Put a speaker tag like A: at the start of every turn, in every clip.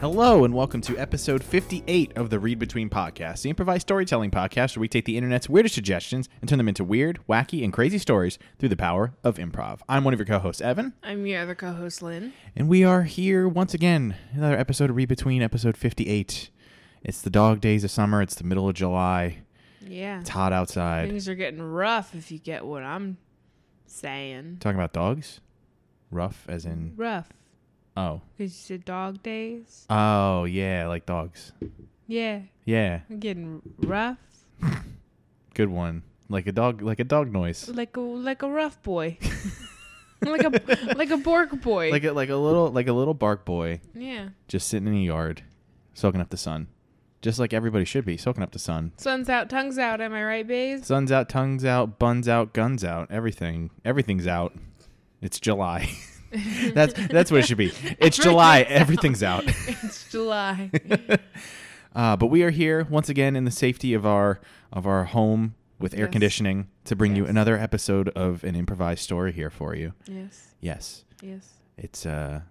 A: Hello, and welcome to episode 58 of the Read Between Podcast, the improvised storytelling podcast where we take the internet's weirdest suggestions and turn them into weird, wacky, and crazy stories through the power of improv. I'm one of your co hosts, Evan,
B: I'm your other co-host, Lynn.
A: and we are here once again. Another episode of Read Between, episode 58. It's the dog days of summer, it's the middle of July,
B: Yeah,
A: it's hot outside.
B: things are getting rough if you get what I'm saying.
A: Talking about dogs? Rough, as in,
B: Rough,
A: oh.
B: because you said dog days.
A: Oh, yeah, like dogs.
B: Yeah,
A: Yeah,
B: I'm getting rough,
A: good one. Like a dog, like a dog noise.
B: like a like a rough boy, like a like a Bork boy.
A: like a, like a little like a little bark boy
B: yeah,
A: just sitting in a yard soaking up the sun just like everybody should be soaking up the sun
B: sun's out, tongues out. Am I right, babes?
A: sun's out tongues out buns out guns out everything everything's out it's july that's that's what it should be it's july everything's out
B: it's July.
A: uh, but we are here once again in the safety of our of our home with air
B: Yes.
A: conditioning to bring you
B: Yes.
A: another episode of an improvised story here for you
B: yes,
A: yes
B: yes.
A: it's uh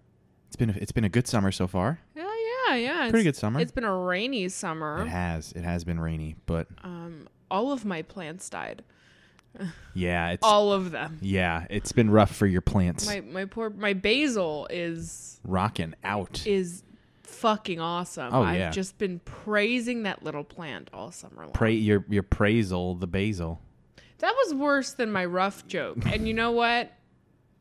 A: it's been a, it's been a good summer so far
B: Oh yeah, yeah.
A: pretty
B: it's-
A: good summer
B: It's been a rainy summer.
A: It has. It has been rainy, but
B: Um, all of my plants died.
A: yeah, it's
B: All of them.
A: yeah, it's been rough for your plants.
B: My my poor my basil is
A: Rocking out.
B: is fucking awesome.
A: Oh,
B: I've
A: yeah.
B: just been praising that little plant all summer long.
A: Pray your your praisal, the basil.
B: that was worse than my rough joke. and you know what?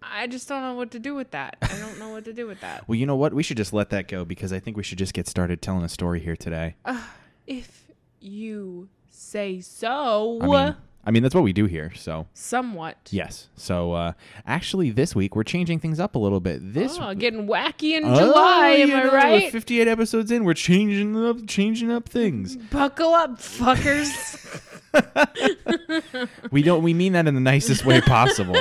B: I just don't know what to do with that. I don't know what to do with that.
A: Well, you know what? We should just let that go because I think we should just get started telling a story here today.
B: If you say so,
A: I mean, I mean that's what we do here. So
B: somewhat.
A: yes. So uh, actually, this week we're changing things up a little bit. This.
B: Oh, getting wacky in
A: Oh,
B: July, am
A: you know,
B: I
A: we're
B: right?
A: Fifty-eight episodes in, we're changing up, changing up things.
B: Buckle up, fuckers.
A: We don't. We mean that in the nicest way possible.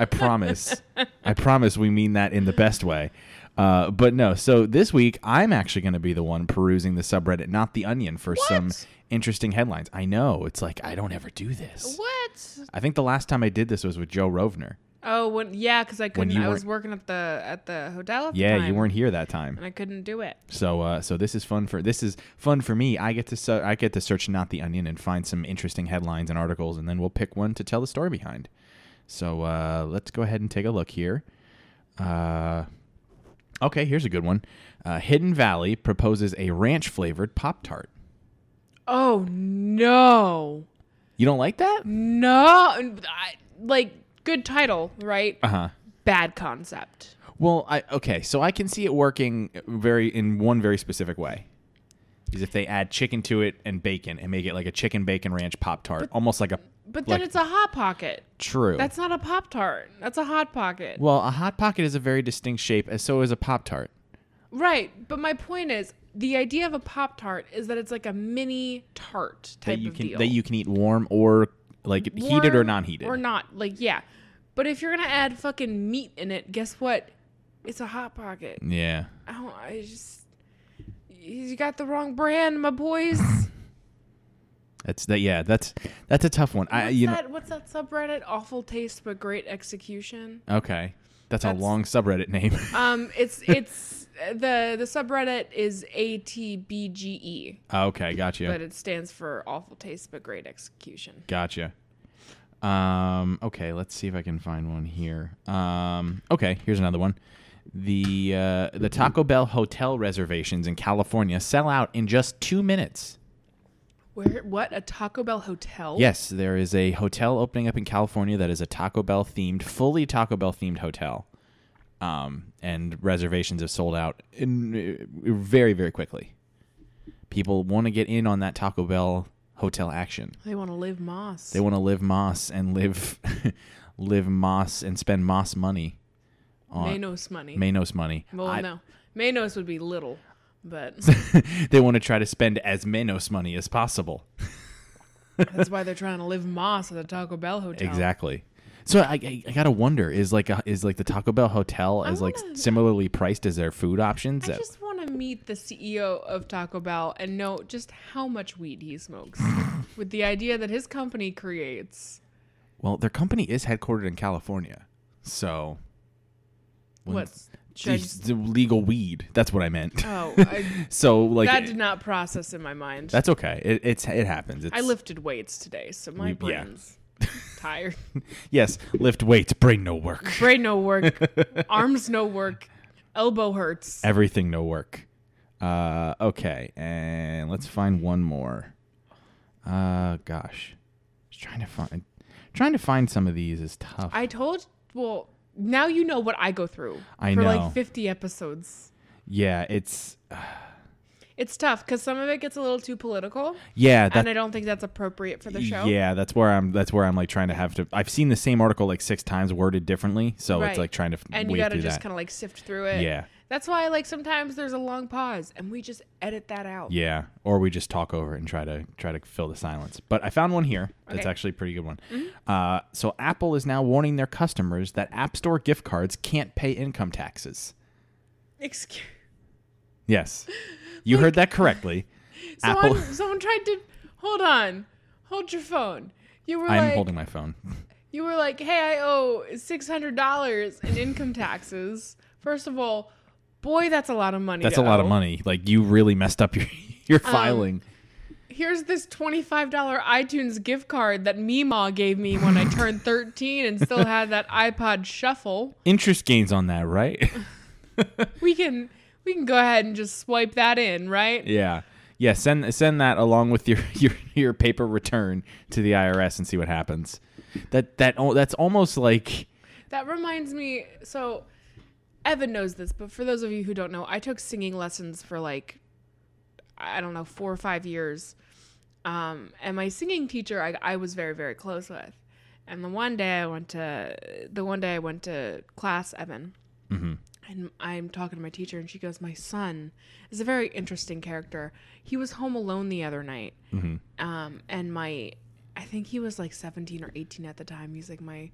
A: I promise. I promise. We mean that in the best way. Uh, but no. So this week, I'm actually going to be the one perusing the subreddit, not the Onion, for some
B: What?
A: interesting headlines. I know. It's like I don't ever do this.
B: what?
A: I think the last time I did this was with Joe Rovner.
B: Oh, when yeah, because I couldn't.
A: you
B: I
A: were-
B: was working at the at the hotel. At the
A: Yeah, you
B: time,
A: weren't here that time.
B: and I couldn't do it.
A: So, uh, so this is fun for this is fun for me. I get to su- I get to search not the Onion and find some interesting headlines and articles, and then we'll pick one to tell the story behind. So uh, let's go ahead and take a look here. Uh, okay, here's a good one. Uh, Hidden Valley proposes a ranch flavored Pop Tart.
B: Oh no,
A: You don't like that?
B: no! I, like good title, right?
A: Uh huh.
B: Bad concept.
A: Well, I okay. So I can see it working very in one very specific way. Is if they add chicken to it and bacon and make it like a chicken bacon ranch Pop Tart, almost like a
B: But then
A: Like-
B: it's a hot pocket.
A: true.
B: That's not a pop tart. That's a hot pocket.
A: Well, a hot pocket is a very distinct shape, as so is a pop tart.
B: right. But my point is, the idea of a pop tart is that it's like a mini tart type
A: That you
B: of
A: can
B: deal.
A: that you can eat warm or like heated or
B: Warm
A: non-heated.
B: or not. Like yeah. But if you're gonna add fucking meat in it, guess what? It's a hot pocket.
A: yeah.
B: I don't. I just. You got the wrong brand, my boys.
A: Uh, That's that. Yeah, that's that's a tough one. I
B: What's
A: you
B: that? What's that subreddit? Awful taste but great execution.
A: know. Okay, that's, a
B: That's-
A: long subreddit name.
B: Um, it's it's the the subreddit is ATBGE,
A: okay, gotcha,
B: E, but it stands for awful taste but great execution.
A: gotcha. Um. Okay, let's see if I can find one here. Um. Okay, here's another one. The uh, the Taco Bell hotel reservations in California sell out in just two minutes.
B: Where what a Taco Bell hotel?
A: Yes, there is a hotel opening up in California that is a Taco Bell themed, fully Taco Bell themed hotel. Um, and reservations have sold out in, uh, very, very quickly. People want to get in on that Taco Bell hotel action.
B: they want to live Moss.
A: They want to live Moss and live, live Moss and spend Moss money,
B: Manos money.
A: Manos money.
B: well,
A: I-
B: no, Manos would be little, but
A: they want to try to spend as Manos money as possible.
B: that's why they're trying to live Moss at the Taco Bell hotel.
A: Exactly. So I, I, I gotta wonder is like a, is like the Taco Bell hotel is like
B: wanna-
A: similarly priced as their food options?
B: I just want to meet the CEO of Taco Bell and know just how much weed he smokes with the idea that his company creates.
A: well, their company is headquartered in California, so When-
B: What's
A: These-
B: judge?
A: the legal weed. That's what I meant.
B: Oh, I,
A: so like
B: that did not process in my mind.
A: that's okay. It, it's it happens. It's,
B: I lifted weights today, so my
A: We- Mm, yeah.
B: brain's tired.
A: Yes, lift weights, brain no work.
B: Brain no work, arms no work, elbow hurts.
A: Everything no work. Uh, okay, and let's find one more. Uh, gosh, Just trying to find trying to find some of these is tough.
B: I told. Well, now you know what I go through
A: I
B: for
A: know.
B: like 50 episodes.
A: yeah, it's
B: It's tough because some of it gets a little too political,
A: yeah
B: and
A: that
B: I don't think that's appropriate for the show.
A: yeah that's where I'm that's where I'm like trying to have to. I've seen the same article like six times worded differently, so
B: Right.
A: it's like trying to
B: and
A: wade
B: you got to
A: through
B: just
A: that.
B: kind of like sift through it.
A: Yeah.
B: That's why like sometimes there's a long pause and we just edit that out.
A: Yeah, or we just talk over it and try to try to fill the silence. But I found one here that's
B: Okay. Mm-hmm.
A: actually a pretty good one. Uh, so Apple is now warning their customers that App Store gift cards can't pay income taxes.
B: Excuse.
A: Yes, you heard that correctly.
B: Someone
A: Apple.
B: someone tried to hold on. Hold your phone. You were
A: I'm
B: like
A: holding my phone.
B: you were like, "Hey, I owe $600 in income taxes." First of all, boy, that's a lot of money.
A: That's
B: to
A: a lot of
B: owe.
A: money. Like you really messed up your your
B: Um,
A: filing.
B: Here's this $25 iTunes gift card that Meemaw gave me when I turned 13 and still had that iPod shuffle.
A: Interest gains on that, right?
B: We can we can go ahead and just swipe that in, right?
A: yeah. Yeah, send send that along with your, your your paper return to the IRS and see what happens. That that al- that's almost like
B: That reminds me. So, Evan knows this, but for those of you who don't know, I took singing lessons for like, I don't know, four or five years. Um, and my singing teacher, I, I was very, very close with. And the one day I went to, the one day I went to class, Evan. And I'm talking to my teacher, and she goes, My son is a very interesting character. He was home alone the other night. Um, and my, I think he was like 17 or 18 at the time. He's like, My,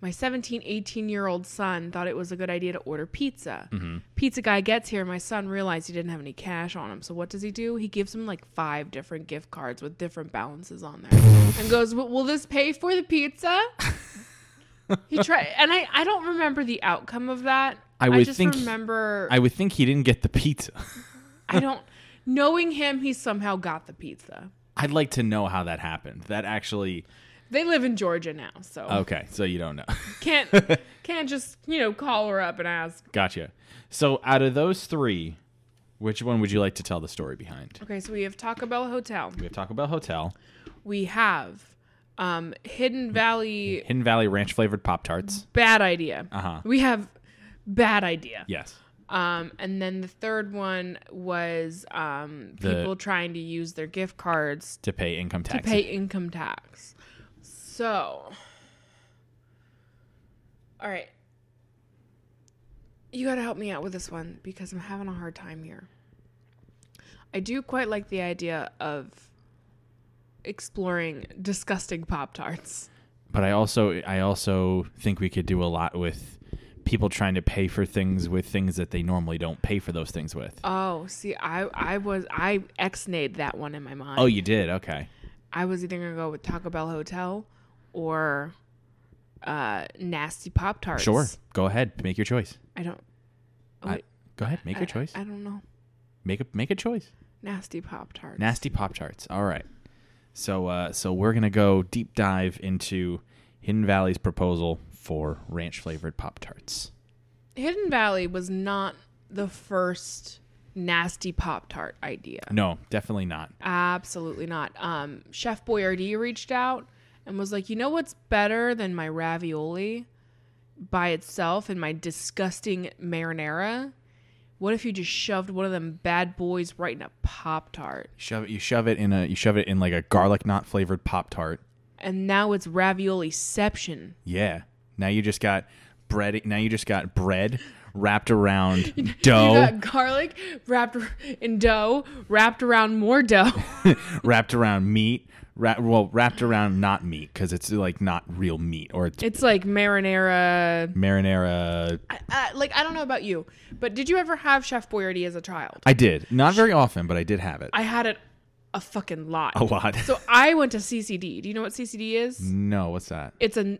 B: my 17, 18 year old son thought it was a good idea to order pizza.
A: Mm-hmm.
B: Pizza guy gets here. My son realized he didn't have any cash on him. So what does he do? He gives him like five different gift cards with different balances on there and goes, "Will- Will this pay for the pizza? he tried. And I, I don't remember the outcome of that.
A: I would
B: just
A: think-
B: remember,
A: I would think he didn't get the pizza.
B: I don't, knowing him, he somehow got the pizza.
A: I'd like to know how that happened. That actually
B: They live in Georgia now, so
A: okay, so you don't know.
B: can't can't just you know call her up and ask.
A: gotcha. So out of those three, which one would you like to tell the story behind?
B: Okay, so we have Taco Bell Hotel.
A: We have Taco Bell Hotel,
B: we have um, Hidden Valley.
A: Hidden Valley Ranch flavored Pop Tarts.
B: Bad idea.
A: Uh-huh.
B: We have bad idea.
A: Yes.
B: Um, and then the third one was um,
A: The-
B: people trying to use their gift cards
A: To pay income
B: to
A: tax.
B: pay income tax. So, all right, you got to help me out with this one because I'm having a hard time here. I do quite like the idea of exploring disgusting Pop Tarts.
A: but I also I also think we could do a lot with people trying to pay for things with things that they normally don't pay for those things with.
B: Oh, see, I I was I ex-nayed that one in my mind.
A: oh, you did. Okay.
B: I was either gonna go with Taco Bell Hotel or uh, nasty Pop Tarts.
A: Sure. Go ahead. Make your choice.
B: I don't. Oh,
A: I-
B: wait,
A: Go ahead. Make
B: I-
A: your choice.
B: I, don't know.
A: make a make a choice.
B: Nasty Pop Tarts.
A: Nasty Pop Tarts. All right. So uh, so we're gonna go deep dive into Hidden Valley's proposal for ranch flavored Pop Tarts.
B: Hidden Valley was not the first nasty Pop Tart idea.
A: No, definitely not.
B: Absolutely not. Um, Chef Boyardee reached out and was like, you know what's better than my ravioli by itself and my disgusting marinara? What if you just shoved one of them bad boys right in a Pop Tart?
A: Shove it, you shove it in a you shove it in like a garlic knot flavored Pop Tart.
B: And now it's ravioliception.
A: Yeah. Now you just got bread. Now you just got bread wrapped around
B: You
A: dough,
B: got garlic wrapped in dough, wrapped around more dough.
A: wrapped around meat. Ra- well, wrapped around not meat because it's like not real meat or it's
B: It's like marinara.
A: marinara.
B: I, I, like I don't know about you, but did you ever have Chef Boyardee as a child?
A: I did not very often, but I did have it
B: I had it a fucking lot.
A: a lot.
B: So I
A: Mm.
B: went to CCD. Do you know what CCD is?
A: no, what's that?
B: It's a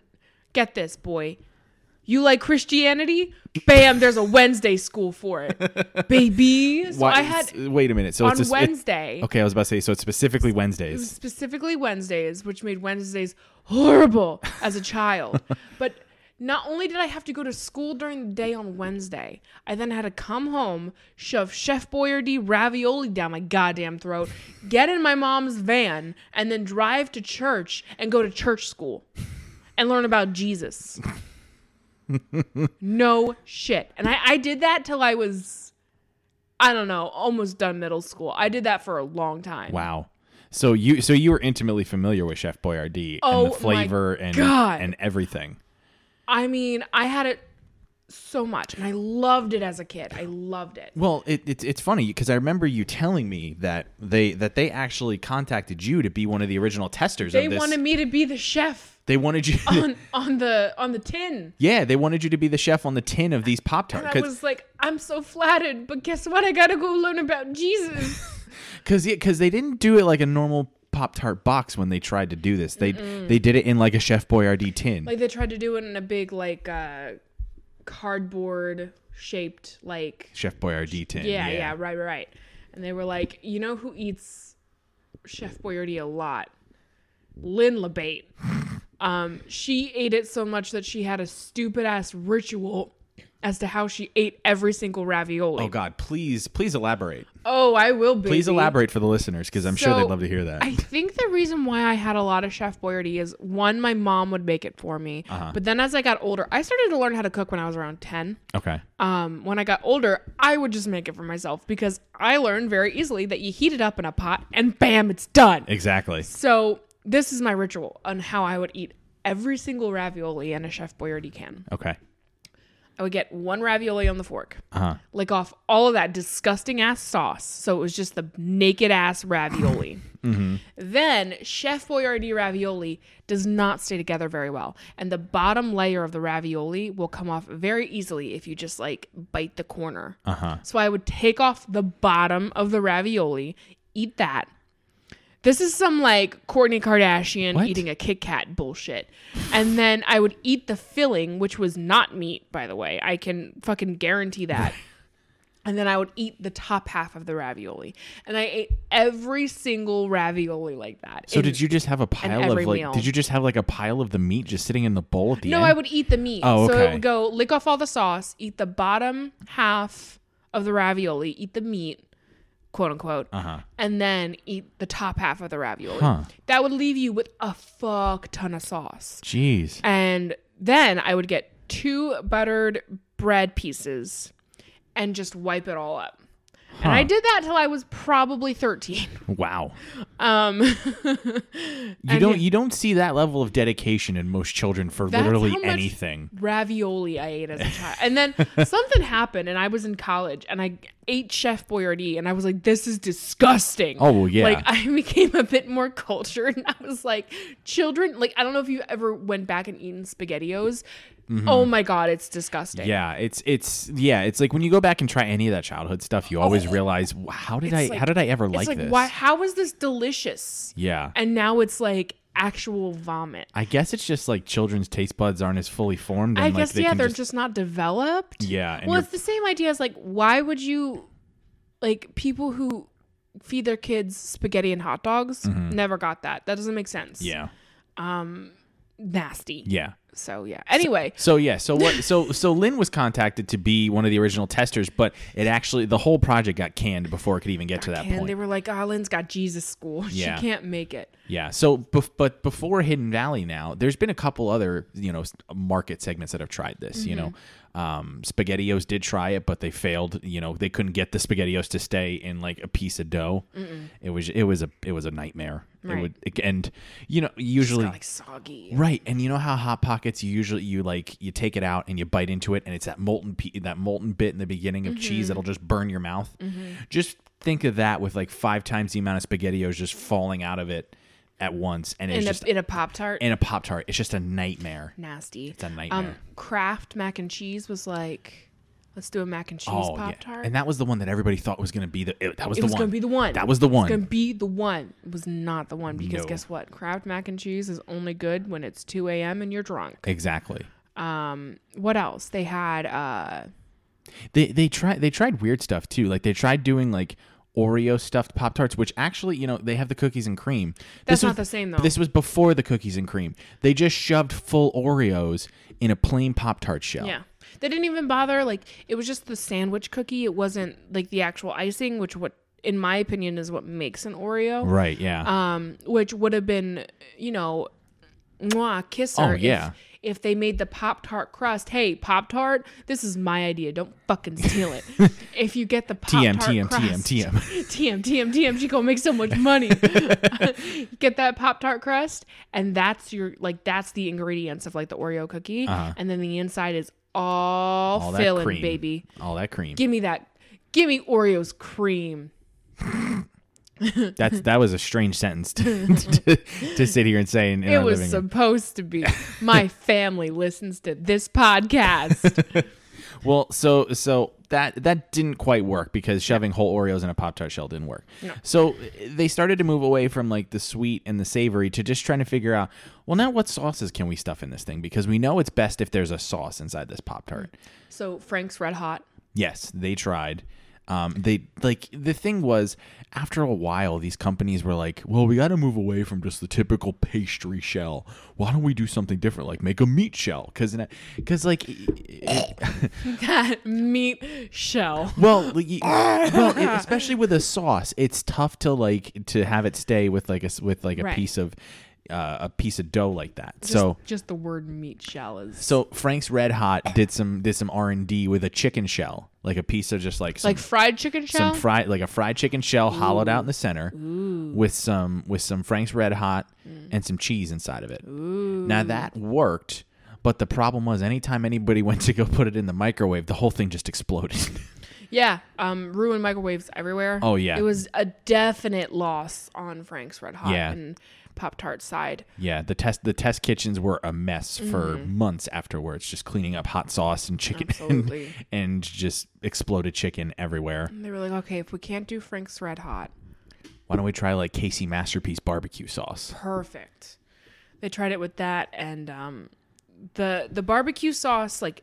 B: get this boy, You like Christianity? Bam, there's a Wednesday school for it, baby. So
A: Why-
B: I had
A: s- wait a minute. So
B: on
A: it's just, it's-
B: Wednesday,
A: okay, I was about to say. So it's specifically Wednesdays.
B: specifically Wednesdays, which made Wednesdays horrible as a child. but not only did I have to go to school during the day on Wednesday, I then had to come home, shove Chef Boyardee ravioli down my goddamn throat, get in my mom's van, and then drive to church and go to church school and learn about Jesus. no shit. And I, I did that till I was, I don't know, almost done middle school. I did that for a long time.
A: Wow. So you so you were intimately familiar with Chef Boyardee
B: Oh
A: and
B: my
A: the flavor and
B: God.
A: and everything.
B: I mean, I had it so much, and I loved it as a kid. I loved it.
A: Well, it, it's it's funny because I remember you telling me that they that they actually contacted you to be one of the original testers
B: They
A: of this.
B: wanted me to be the chef
A: they wanted you.
B: on on the on the tin.
A: yeah, they wanted you to be the chef on the tin of these Pop
B: And
A: Tarts.
B: I was like, I'm so flattered, but guess what? I gotta go learn about Jesus.
A: because because they didn't do it like a normal Pop Tart box when they tried to do this. They they did it in like a Chef Boyardee tin.
B: like they tried to do it in a big like uh cardboard shaped like
A: Chef Boyardee tin.
B: yeah, yeah, right, right, right. And they were like, you know who eats Chef Boyardee a lot? Lynn LeBate. Um, she ate it so much that she had a stupid ass ritual as to how she ate every single ravioli.
A: Oh God, please please elaborate.
B: Oh, I will be.
A: Please elaborate for the listeners because I'm sure
B: So,
A: they'd love to hear that.
B: I think the reason why I had a lot of Chef Boyardee is one, my mom would make it for me.
A: Uh-huh.
B: But then as I got older, I started to learn how to cook when I was around 10.
A: okay.
B: um, when I got older, I would just make it for myself because I learned very easily that you heat it up in a pot and bam, it's done.
A: Exactly.
B: So this is my ritual on how I would eat every single ravioli in a Chef Boyardee can.
A: Okay.
B: I would get one ravioli on the fork,
A: Uh-huh.
B: lick off all of that disgusting ass sauce, so it was just the naked ass ravioli. Then Chef Boyardee ravioli does not stay together very well, and the bottom layer of the ravioli will come off very easily if you just like bite the corner.
A: Uh huh.
B: So I would take off the bottom of the ravioli, eat that. This is some like Kourtney Kardashian
A: What?
B: eating a Kit Kat bullshit. And then I would eat the filling, which was not meat, by the way. I can fucking guarantee that. and then I would eat the top half of the ravioli. And I ate every single ravioli like that.
A: So did you just have a pile of
B: every
A: like?
B: meal.
A: Did you just have like a pile of the meat just sitting in the bowl at the
B: No,
A: end?
B: I would eat the meat.
A: Oh,
B: So
A: okay.
B: it would go lick off all the sauce, eat the bottom half of the ravioli, eat the meat, quote unquote,
A: Uh-huh.
B: and then eat the top half of the ravioli.
A: Huh.
B: That would leave you with a fuck ton of sauce.
A: Jeez.
B: And then I would get two buttered bread pieces and just wipe it all up. And I did that till I was probably 13.
A: Wow.
B: Um,
A: You don't you don't see that level of dedication in most children for
B: That's
A: literally
B: how much
A: anything.
B: ravioli I ate as a child. And then something happened, and I was in college, and I ate Chef Boyardee, and I was like, "This is disgusting."
A: Oh, well, yeah.
B: Like I became a bit more cultured, and I was like, "Children, like I don't know if you ever went back and eaten Spaghettios. Oh my god, it's disgusting."
A: Mm-hmm. Yeah, it's it's yeah, it's like when you go back and try any of that childhood stuff, you always realize "Wow, how did I
B: like-
A: how did I ever
B: Oh, It's
A: like,
B: like,
A: this?
B: why? How is this delicious?
A: Yeah.
B: And now it's like actual vomit.
A: I guess it's just like children's taste buds aren't as fully formed. And
B: I
A: like
B: guess
A: they
B: yeah,
A: can
B: they're
A: just,
B: just, not developed.
A: yeah. And
B: well,
A: you're
B: it's the same idea as like, why would you, like, people who feed their kids spaghetti and hot dogs never got that. That doesn't make sense.
A: Mm-hmm. yeah,
B: Nasty.
A: yeah.
B: So, yeah. Anyway,
A: So yeah, so what? So so Lynn was contacted to be one of the original testers, but it actually the whole project got canned bbefore it could even get to that
B: and
A: point.
B: they were like, oh, Lynn's got Jesus school.
A: Yeah.
B: She can't make it.
A: yeah. So bef- but before Hidden Valley, now there's been a couple other you know s- market segments that have tried this. You know, um, Spaghettios did try it, but they failed. You know, they couldn't get the Spaghettios to stay in like a piece of dough. It was it was a it was a nightmare. It
B: Right.
A: would and you know
B: It's
A: usually
B: got, like soggy.
A: Right, and you know how hot pockets you usually you like you take it out and you bite into it, and it's that molten pe- that molten bit in the beginning of
B: Mm-hmm.
A: cheese that'll just burn your mouth. Just think of that with like five times the amount of spaghettios just falling out of it at once, and it's
B: In a,
A: just
B: in a Pop Tart.
A: in a pop tart. It's just a nightmare.
B: Nasty. It's
A: a nightmare.
B: Kraft mac and cheese was like, let's do a mac and cheese
A: Oh
B: Pop
A: yeah,
B: Tart.
A: and that was the one that everybody thought was going to be the it, that was
B: it
A: the
B: was
A: one
B: gonna be the one.
A: that was the one.
B: It's gonna be the one. It was not the one because
A: No.
B: guess what? Kraft mac and cheese is only good when it's 2 a.m. and you're drunk.
A: Exactly.
B: Um, what else? They had uh,
A: They they tried they tried weird stuff too. Like they tried doing like Oreo stuffed Pop Tarts, which actually you know they have the cookies and cream.
B: That's
A: was,
B: not the same, though.
A: This was before the cookies and cream. They just shoved full Oreos in a plain Pop Tart shell.
B: yeah. They didn't even bother. Like it was just the sandwich cookie. It wasn't like the actual icing, which what in my opinion is what makes an Oreo.
A: Right. Yeah.
B: um, which would have been, you know, mwah, kisser.
A: Oh, yeah.
B: If, if they made the Pop Tart crust, hey, Pop Tart, this is my idea. Don't fucking steal it. if you get the Pop
A: TM
B: Tart
A: TM
B: crust,
A: TM TM.
B: TM, TM, TM, she gonna make so much money. Get that Pop Tart crust, and that's your like that's the ingredients of like the Oreo cookie, and then the inside is all,
A: Uh-huh. All that
B: filling,
A: cream.
B: baby.
A: All that cream.
B: Give me that. Give me Oreos cream.
A: That's that was a strange sentence to, to, to sit here and say in, in
B: It
A: our
B: was
A: living room.
B: supposed to be. My family listens to this podcast.
A: Well, so so that that didn't quite work because shoving whole Oreos in a Pop Tart shell didn't work. So they started to move away from like the sweet and the savory to just trying to figure out, well, now what sauces can we stuff in this thing? Because we know it's best if there's a sauce inside this Pop Tart.
B: so Frank's Red Hot.
A: Yes, they tried. Um, they like the thing was after a while these companies were like, well, we got to move away from just the typical pastry shell. Why don't we do something different, like make a meat shell? Because because like i- i-
B: That meat shell.
A: well, like, you- well, it- especially with a sauce, it's tough to like to have it stay with like a s- with like a
B: Right.
A: piece of uh, a piece of dough like that.
B: Just,
A: so
B: just the word meat shell is
A: so Frank's Red Hot did some did some R and D with a chicken shell, like a piece of just like some
B: like fried chicken shell.
A: some fried like a fried chicken shell hollowed out in the center with some with some Frank's Red Hot
B: Mm.
A: and some cheese inside of it. Now that worked, but the problem was anytime anybody went to go put it in the microwave, the whole thing just exploded.
B: yeah, um, ruined microwaves everywhere.
A: Oh, yeah.
B: it was a definite loss on Frank's Red Hot
A: Yeah.
B: and Pop Tart side.
A: yeah, the test the test kitchens were a mess for months afterwards, just cleaning up hot sauce and chicken and,
B: Absolutely.
A: and just exploded chicken everywhere.
B: And they were like, okay, if we can't do Frank's Red Hot,
A: Why don't we try like Casey Masterpiece barbecue sauce?
B: perfect. They tried it with that and um the the barbecue sauce like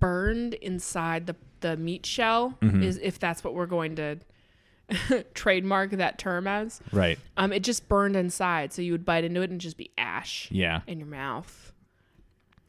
B: burned inside the the meat shell
A: Mm-hmm.
B: is if that's what we're going to trademark that term as.
A: Right.
B: Um it just burned inside so you would bite into it and just be ash
A: Yeah.
B: in your mouth.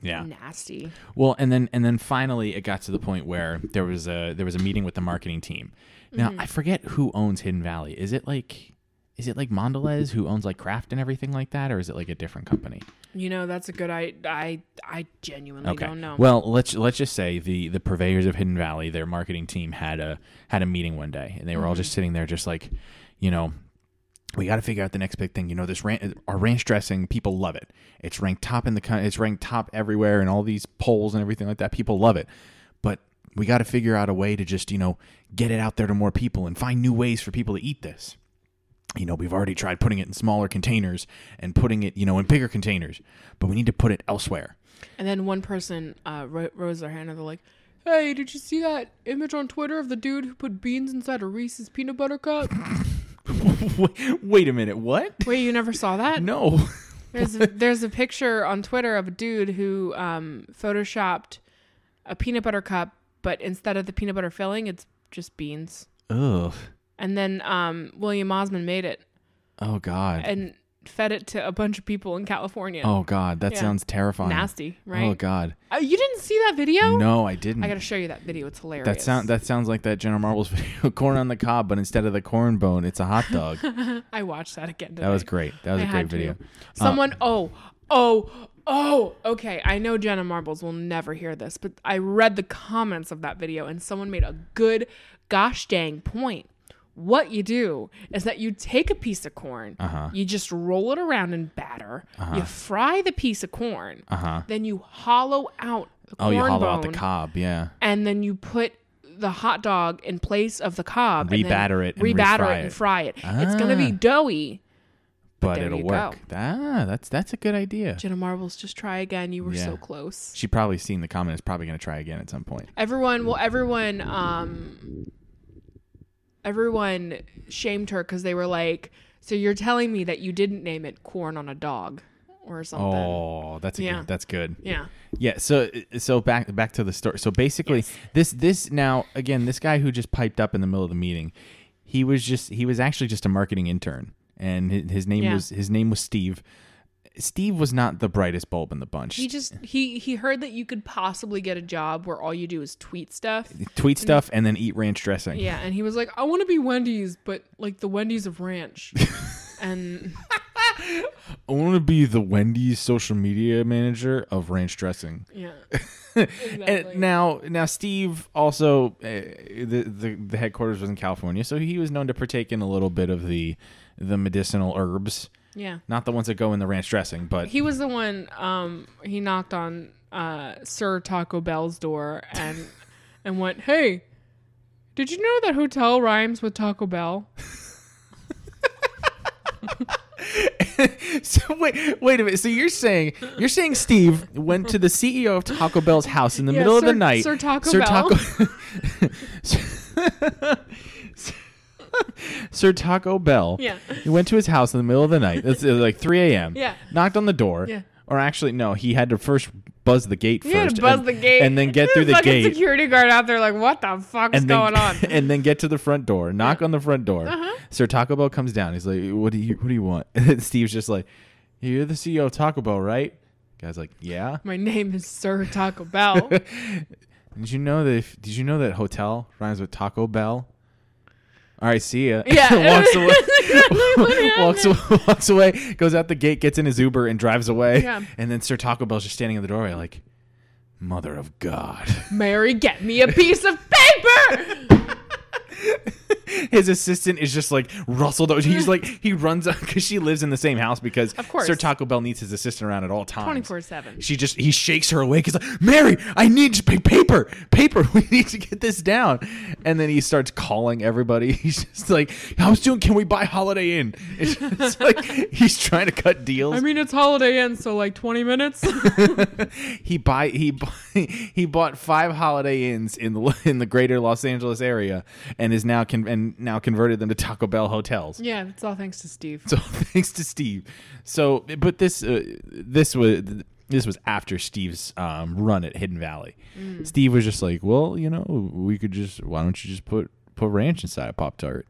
A: Yeah.
B: Mm. Nasty.
A: Well, and then and then finally it got to the point where there was a there was a meeting with the marketing team. Now I forget who owns Hidden Valley. Is it like is it like Mondelez who owns like Kraft and everything like that, or is it like a different company?
B: You know, that's a good I I I genuinely
A: Okay.
B: don't know.
A: Well, let's let's just say the the purveyors of Hidden Valley, their marketing team had a had a meeting one day, and they were all
B: Mm-hmm.
A: just sitting there, just like, you know, we got to figure out the next big thing. You know, this ran- our ranch dressing, people love it. It's ranked top in the coun- it's ranked top everywhere, and all these polls and everything like that. People love it, but we got to figure out a way to just you know get it out there to more people and find new ways for people to eat this you know, we've already tried putting it in smaller containers and putting it, you know, in bigger containers, but we need to put it elsewhere.
B: And then one person uh, ro- rose their hand and they're like, "Hey, did you see that image on Twitter of the dude who put beans inside a Reese's peanut butter cup?
A: wait, wait a minute, what?
B: Wait, you never saw that?
A: No.
B: There's a, there's a picture on Twitter of a dude who um, photoshopped a peanut butter cup, but instead of the peanut butter filling, it's just beans.
A: Ugh.
B: And then um, William Osman made it
A: Oh God.
B: and fed it to a bunch of people in California.
A: Oh God, that
B: Yeah.
A: sounds terrifying.
B: Nasty, right?
A: Oh God.
B: Uh, you didn't see that video?
A: No, I didn't.
B: I gotta show you that video. It's hilarious.
A: that sound that sounds like that General Marbles video, corn on the cob, but instead of the corn bone, it's a hot dog.
B: I watched that again. Today.
A: that was great. That was
B: I
A: a great
B: had to.
A: video.
B: Someone, oh, oh, oh, okay. I know Jenna Marbles will never hear this, but I read the comments of that video and someone made a good gosh dang point. What you do is that you take a piece of corn,
A: Uh-huh.
B: you just roll it around in batter, you fry the piece of corn, then you hollow out the
A: Uh-huh. Oh,
B: corn
A: you hollow
B: bone,
A: out the cob, yeah.
B: and then you put the hot dog in place of the cob, and then
A: Rebatter it and
B: rebatter
A: refry it. Ah.
B: it, and fry it. It's gonna be doughy.
A: But
B: there
A: it'll
B: you
A: work.
B: go.
A: Ah, that's that's a good idea.
B: Jenna Marbles, just try again. You were
A: Yeah.
B: so close.
A: She probably seen the comment. Is probably going to try again at some point.
B: Everyone, well, everyone, um, everyone shamed her because they were like, "So you're telling me that you didn't name it corn on a dog?" or something.
A: Oh, that's a
B: Yeah.
A: good, that's good.
B: Yeah.
A: Yeah, so so back back to the story. So basically, this this now again, this guy who just piped up in the middle of the meeting, he was just he was actually just a marketing intern, and his, his name
B: Yeah.
A: was his name was Steve. Steve was not the brightest bulb in the bunch.
B: He just he he heard that you could possibly get a job where all you do is tweet stuff.
A: Tweet stuff and then eat ranch dressing.
B: Yeah, and he was like, "I want to be Wendy's, but like the Wendy's of ranch." and
A: I want to be the Wendy's social media manager of ranch dressing.
B: yeah.
A: And now, now Steve also uh, the, the the headquarters was in California, so he was known to partake in a little bit of the the medicinal herbs,
B: Yeah.
A: not the ones that go in the ranch dressing, but
B: He was the one um he knocked on uh Sir Taco Bell's door and and went, "Hey, did you know that hotel rhymes with Taco Bell?"
A: so wait, wait a minute. So you're saying you're saying Steve went to the CEO of Taco Bell's house in the
B: Yeah,
A: middle of
B: Sir-
A: the night.
B: Sir Taco
A: Sir
B: Bell.
A: Taco. Sir Taco Bell.
B: Yeah.
A: He went to his house in the middle of the night. It's uh, like 3 a.m.
B: Yeah.
A: Knocked on the door.
B: Yeah.
A: Or actually, no. He had to first buzz the gate
B: He
A: first.
B: had to buzz
A: and,
B: the gate
A: and then get
B: There's
A: through the
B: a fucking
A: gate.
B: Security guard out there, like, what the fuck's
A: and then,
B: going on? Uh-huh.
A: and then get to the front door, knock on the front door. Sir Taco Bell comes down. He's like, "What do you What do you want?" And Steve's just like, "You're the CEO of Taco Bell, right?" Guy's like, "Yeah."
B: My name is Sir Taco Bell.
A: Did you know that? If, did you know that hotel rhymes with Taco Bell? All right, see ya.
B: Yeah.
A: walks away. walks,
B: Walks
A: away- walks away. Goes out the gate, gets in his Uber, and drives away.
B: Yeah.
A: And then Sir Taco Bell's just standing in the doorway, like, "Mother of God."
B: Mary, get me a piece of paper.
A: His assistant is just like rustled. Over. He's like he runs up because she lives in the same house because of
B: course.
A: Sir Taco Bell needs his assistant around at all times.
B: 24/7.
A: She just he shakes her awake. He's like, Mary, I need to pay paper, paper. We need to get this down. And then he starts calling everybody. He's just like, how soon can we buy Holiday Inn? It's just like he's trying to cut deals.
B: I mean, it's Holiday Inn, so like 20 minutes.
A: he buy he buy, he bought five Holiday Inns in the in the greater Los Angeles area and is now con- and now converted them to Taco Bell hotels.
B: yeah, it's all thanks to Steve.
A: So thanks to Steve. So, but this uh, this was this was after Steve's um, run at Hidden Valley.
B: Mm.
A: Steve was just like, well, you know, we could just why don't you just put put ranch inside a pop tart?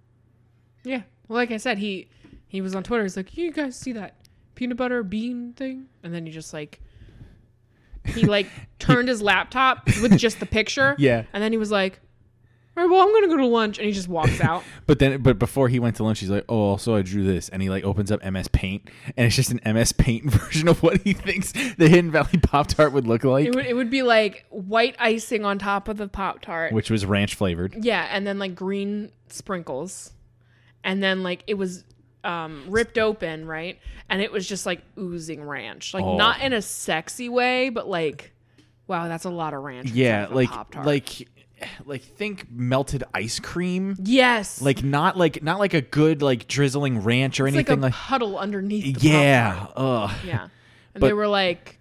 B: Yeah. Well, like I said, he he was on Twitter. He's like, you guys see that peanut butter bean thing? And then he just like he like turned his laptop with just the picture.
A: Yeah.
B: And then he was like, all right, well, I'm gonna go to lunch, and he just walks out.
A: But then, but before he went to lunch, he's like, oh, also I drew this, and he like opens up MS Paint, and it's just an MS Paint version of what he thinks the Hidden Valley pop tart would look like,
B: it would it would be like white icing on top of the pop tart.
A: which was ranch flavored.
B: Yeah, and then like green sprinkles. And then like it was um ripped open, right? And it was just like oozing ranch. Like
A: Oh.
B: not in a sexy way, but like wow, that's a lot of ranch. inside
A: Yeah,
B: of a
A: like
B: Pop-Tart.
A: like like think melted ice cream.
B: yes.
A: like not like not like a good like drizzling ranch or
B: it's like a
A: anything like,
B: puddle underneath the
A: yeah ugh.
B: Pop-Tart. Yeah. And
A: But-
B: they were like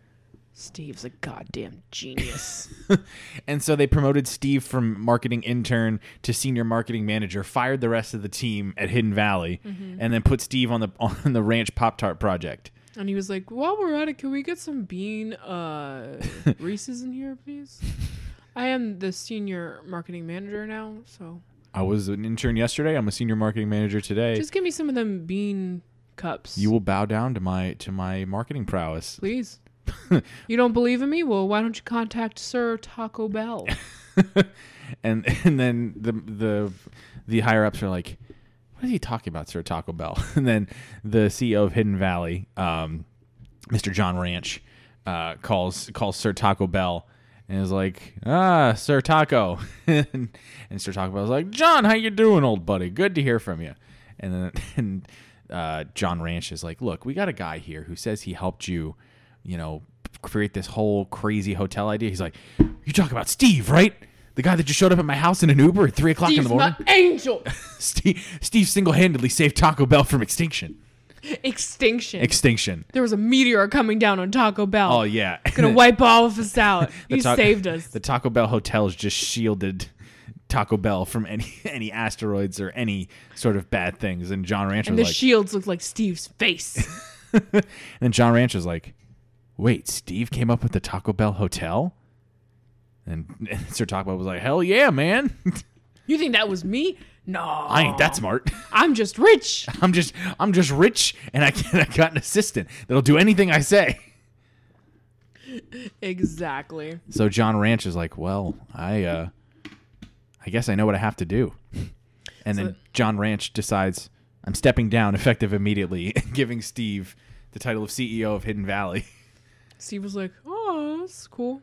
B: Steve's a goddamn genius.
A: and so they promoted steve from marketing intern to senior marketing manager fired the rest of the team at hidden valley
B: Mm-hmm.
A: and then put steve on the on the ranch pop tart project
B: and he was like, "While we're at it, can we get some bean uh Reese's in here, please?" I am the senior marketing manager now, so
A: i was an intern yesterday i'm a senior marketing manager today
B: Just give me some of them bean cups.
A: you will bow down to my to my marketing prowess
B: please. you don't believe in me? Well, why don't you contact Sir Taco Bell?
A: and and then the the the higher ups are like, "What is he talking about, Sir Taco Bell?" And then the CEO of Hidden Valley, um, Mr. John Ranch, uh, calls calls Sir Taco Bell and is like, "Ah, Sir Taco," and, and Sir Taco Bell's like, "John, how you doing, old buddy? Good to hear from you." And then and uh, John Ranch is like, "Look, we got a guy here who says he helped you." you know, create this whole crazy hotel idea. He's like, you talk about Steve, right? The guy that just showed up at my house in an Uber at three o'clock in
B: He's
A: the morning.
B: my angel.
A: Steve, Steve single-handedly saved Taco Bell from extinction.
B: Extinction.
A: Extinction.
B: there was a meteor coming down on Taco Bell.
A: Oh yeah.
B: Gonna wipe all of us out.
A: The
B: You
A: Ta-
B: saved us.
A: The Taco Bell hotels just shielded Taco Bell from any any asteroids or any sort of bad things. And John Ranch
B: and
A: was
B: the
A: like,
B: shields looked like Steve's face.
A: and then John Ranch is like, wait, Steve came up with the Taco Bell Hotel? And Sir Taco Bell was like, hell yeah, man.
B: You think that was me? No.
A: I ain't that smart.
B: I'm just rich.
A: I'm just I'm just rich and I can I got an assistant that'll do anything I say.
B: Exactly.
A: So John Ranch is like, well, I uh I guess I know what I have to do. And then John Ranch decides I'm stepping down effective immediately, giving Steve the title of CEO of Hidden Valley.
B: Steve was like, "Oh, that's cool.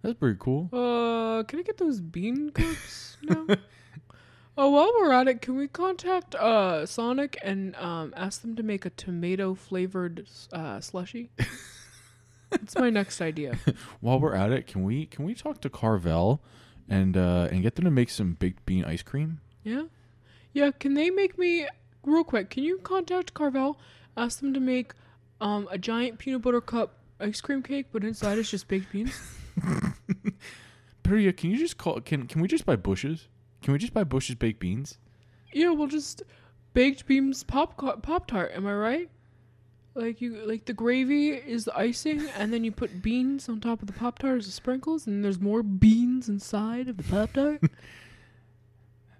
A: That's pretty cool.
B: Uh, can I get those bean cups now?" oh, while we're at it, can we contact uh Sonic and um ask them to make a tomato flavored uh slushy? that's my next idea.
A: While we're at it, can we can we talk to Carvel and uh and get them to make some baked bean ice cream?
B: Yeah, yeah. Can they make me real quick? Can you contact Carvel? Ask them to make um a giant peanut butter cup ice cream cake, but inside it's just baked beans.
A: Peria, can you just call can can we just buy bushes? Can we just buy bushes baked beans?
B: Yeah, well, just baked beans pop pop tart. Am I right? Like you, like the gravy is the icing, and then you put beans on top of the pop tart as the sprinkles, and there's more beans inside of the pop tart.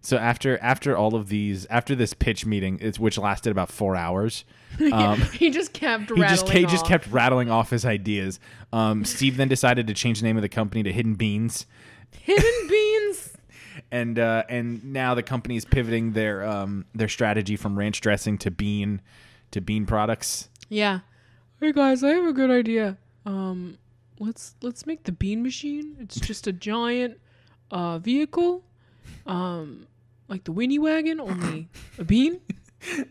A: So after after all of these after this pitch meeting, it's which lasted about four hours, um,
B: he just kept
A: he
B: rattling.
A: just he just
B: off.
A: kept rattling off his ideas. Um, Steve then decided to change the name of the company to Hidden Beans,
B: hidden beans.
A: and uh, and now the company is pivoting their um, their strategy from ranch dressing to bean to bean products.
B: Yeah. Hey guys, I have a good idea. Um, let's let's make the bean machine. It's just a giant uh vehicle, um, like the Winnie wagon, only a bean.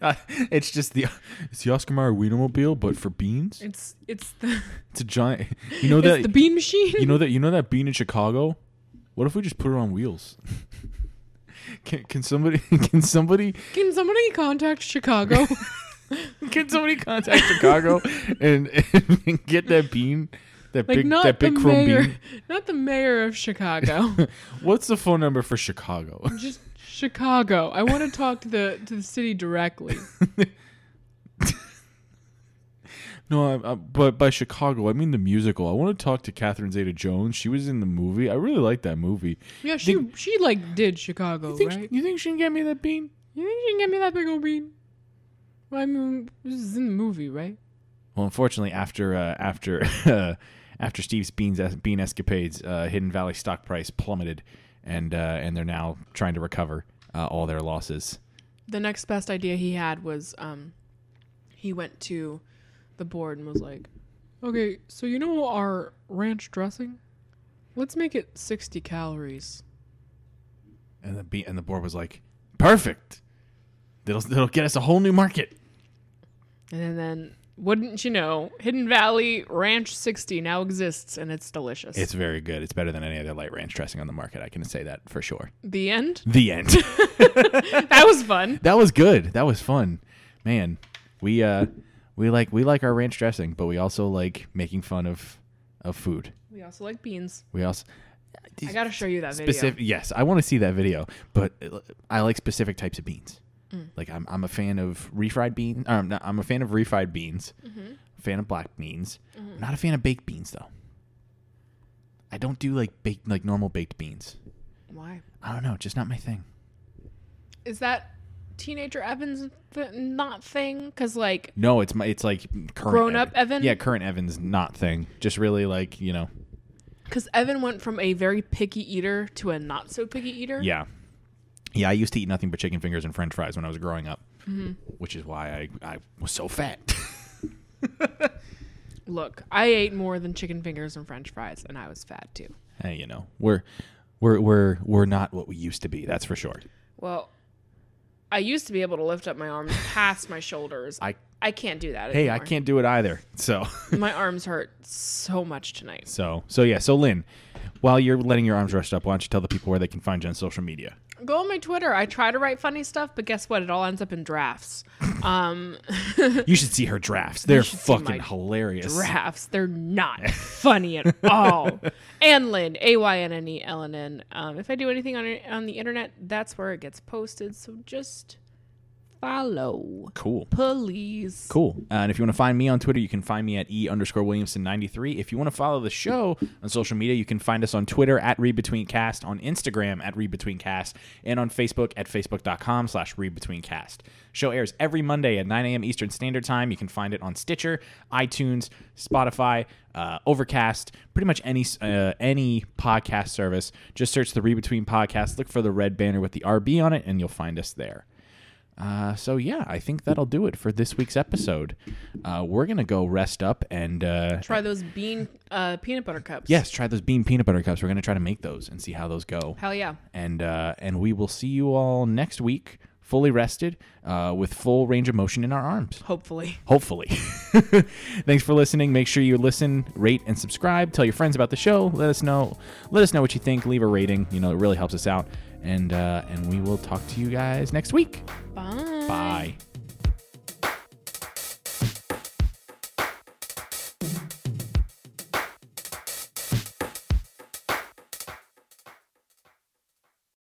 A: Uh, it's just the it's the Oscar Mayer Wienermobile, but for beans.
B: It's it's the
A: It's a giant. You know
B: it's the
A: that
B: bean machine.
A: you know that you know that bean in Chicago. What if we just put it on wheels? Can, can somebody can somebody
B: Can somebody contact Chicago?
A: Can somebody contact Chicago and, and get that bean? That
B: Like
A: big
B: not
A: that big
B: the
A: chrome
B: mayor,
A: bean.
B: not the mayor of Chicago.
A: What's the phone number for Chicago?
B: Just Chicago. I want to talk to the to the city directly.
A: No, I, I, but by Chicago I mean the musical. I want to talk to Catherine Zeta-Jones. She was in the movie. I really like that movie.
B: Yeah, she she like did Chicago,
A: You think
B: right?
A: you think she can get me that bean?
B: You think she can get me that big old bean? Well, I mean, this is in the movie, right?
A: Well, unfortunately, after uh, after after Steve's beans bean escapades, uh, Hidden Valley stock price plummeted, and uh, and they're now trying to recover uh, all their losses.
B: The next best idea he had was um, he went to the board and was like, "Okay, so you know our ranch dressing? Let's make it sixty calories."
A: And the be- and the board was like, "Perfect. That'll that'll get us a whole new market."
B: And then, wouldn't you know, Hidden Valley Ranch 60 now exists and it's delicious.
A: It's very good. It's better than any other light ranch dressing on the market. I can say that for sure.
B: the end.
A: The end.
B: That was fun.
A: that was good. That was fun, man. We uh we like we like our ranch dressing, but we also like making fun of of food.
B: We also like beans.
A: We also
B: I got to show you that video.
A: specific. Yes, I want to see that video, but uh, I like specific types of beans.
B: Mm.
A: Like I'm, I'm a fan of refried beans. Um, no, I'm a fan of refried beans.
B: Mm-hmm.
A: Fan of black beans. Not a fan of baked beans though. I don't do like baked like normal baked beans.
B: Why?
A: I don't know, just not my thing.
B: Is that teenager Evans th- not thing? Because, like,
A: No, it's my it's like current
B: Grown up Evan?
A: Yeah, current Evan's not thing. Just really like you know.
B: because Evan went from a very picky eater to a not so picky eater.
A: Yeah. Yeah, I used to eat nothing but chicken fingers and french fries when I was growing up,
B: Mm-hmm.
A: which is why I, I was so fat.
B: Look, I ate more than chicken fingers and french fries and I was fat too.
A: hey, you know, we're we're we're we're not what we used to be. That's for sure.
B: Well, I used to be able to lift up my arms past my shoulders.
A: I-
B: I can't do that
A: Hey, I
B: anymore.
A: can't do it either. So
B: My arms hurt so much tonight.
A: so so yeah. So Lynn, while you're letting your arms rest up, why don't you tell the people where they can find you on social media?
B: Go on my Twitter. I try to write funny stuff, but guess what? It all ends up in drafts. Um,
A: You should see her drafts. They're
B: should see my
A: fucking hilarious.
B: drafts. They're not funny at all. And Lynn, A Y N N E L N N. Um, if I do anything on on the internet, that's where it gets posted. So just follow.
A: Cool.
B: Please.
A: Cool. Uh, and if you want to find me on Twitter, you can find me at E underscore Williamson93. If you want to follow the show on social media, you can find us on Twitter at ReadBetweenCast, on Instagram at ReadBetweenCast, and on Facebook at Facebook.com slash ReadBetweenCast. Show airs every Monday at 9 a.m. Eastern Standard Time. You can find it on Stitcher, iTunes, Spotify, uh, Overcast, pretty much any uh, any podcast service. Just search the ReBetween podcast, look for the red banner with the RB on it, and you'll find us there. Uh, so yeah, I think that'll do it for this week's episode. Uh, we're gonna go rest up and uh,
B: Try those bean uh, peanut butter cups.
A: yes, try those bean peanut butter cups. We're gonna try to make those and see how those go.
B: Hell yeah.
A: And uh, and we will see you all next week, fully rested, uh, with full range of motion in our arms.
B: Hopefully.
A: Hopefully. Thanks for listening. Make sure you listen, rate, and subscribe. Tell your friends about the show. Let us know. Let us know what you think. Leave a rating. You know, it really helps us out. And uh, and we will talk to you guys next week.
B: Bye.
A: Bye.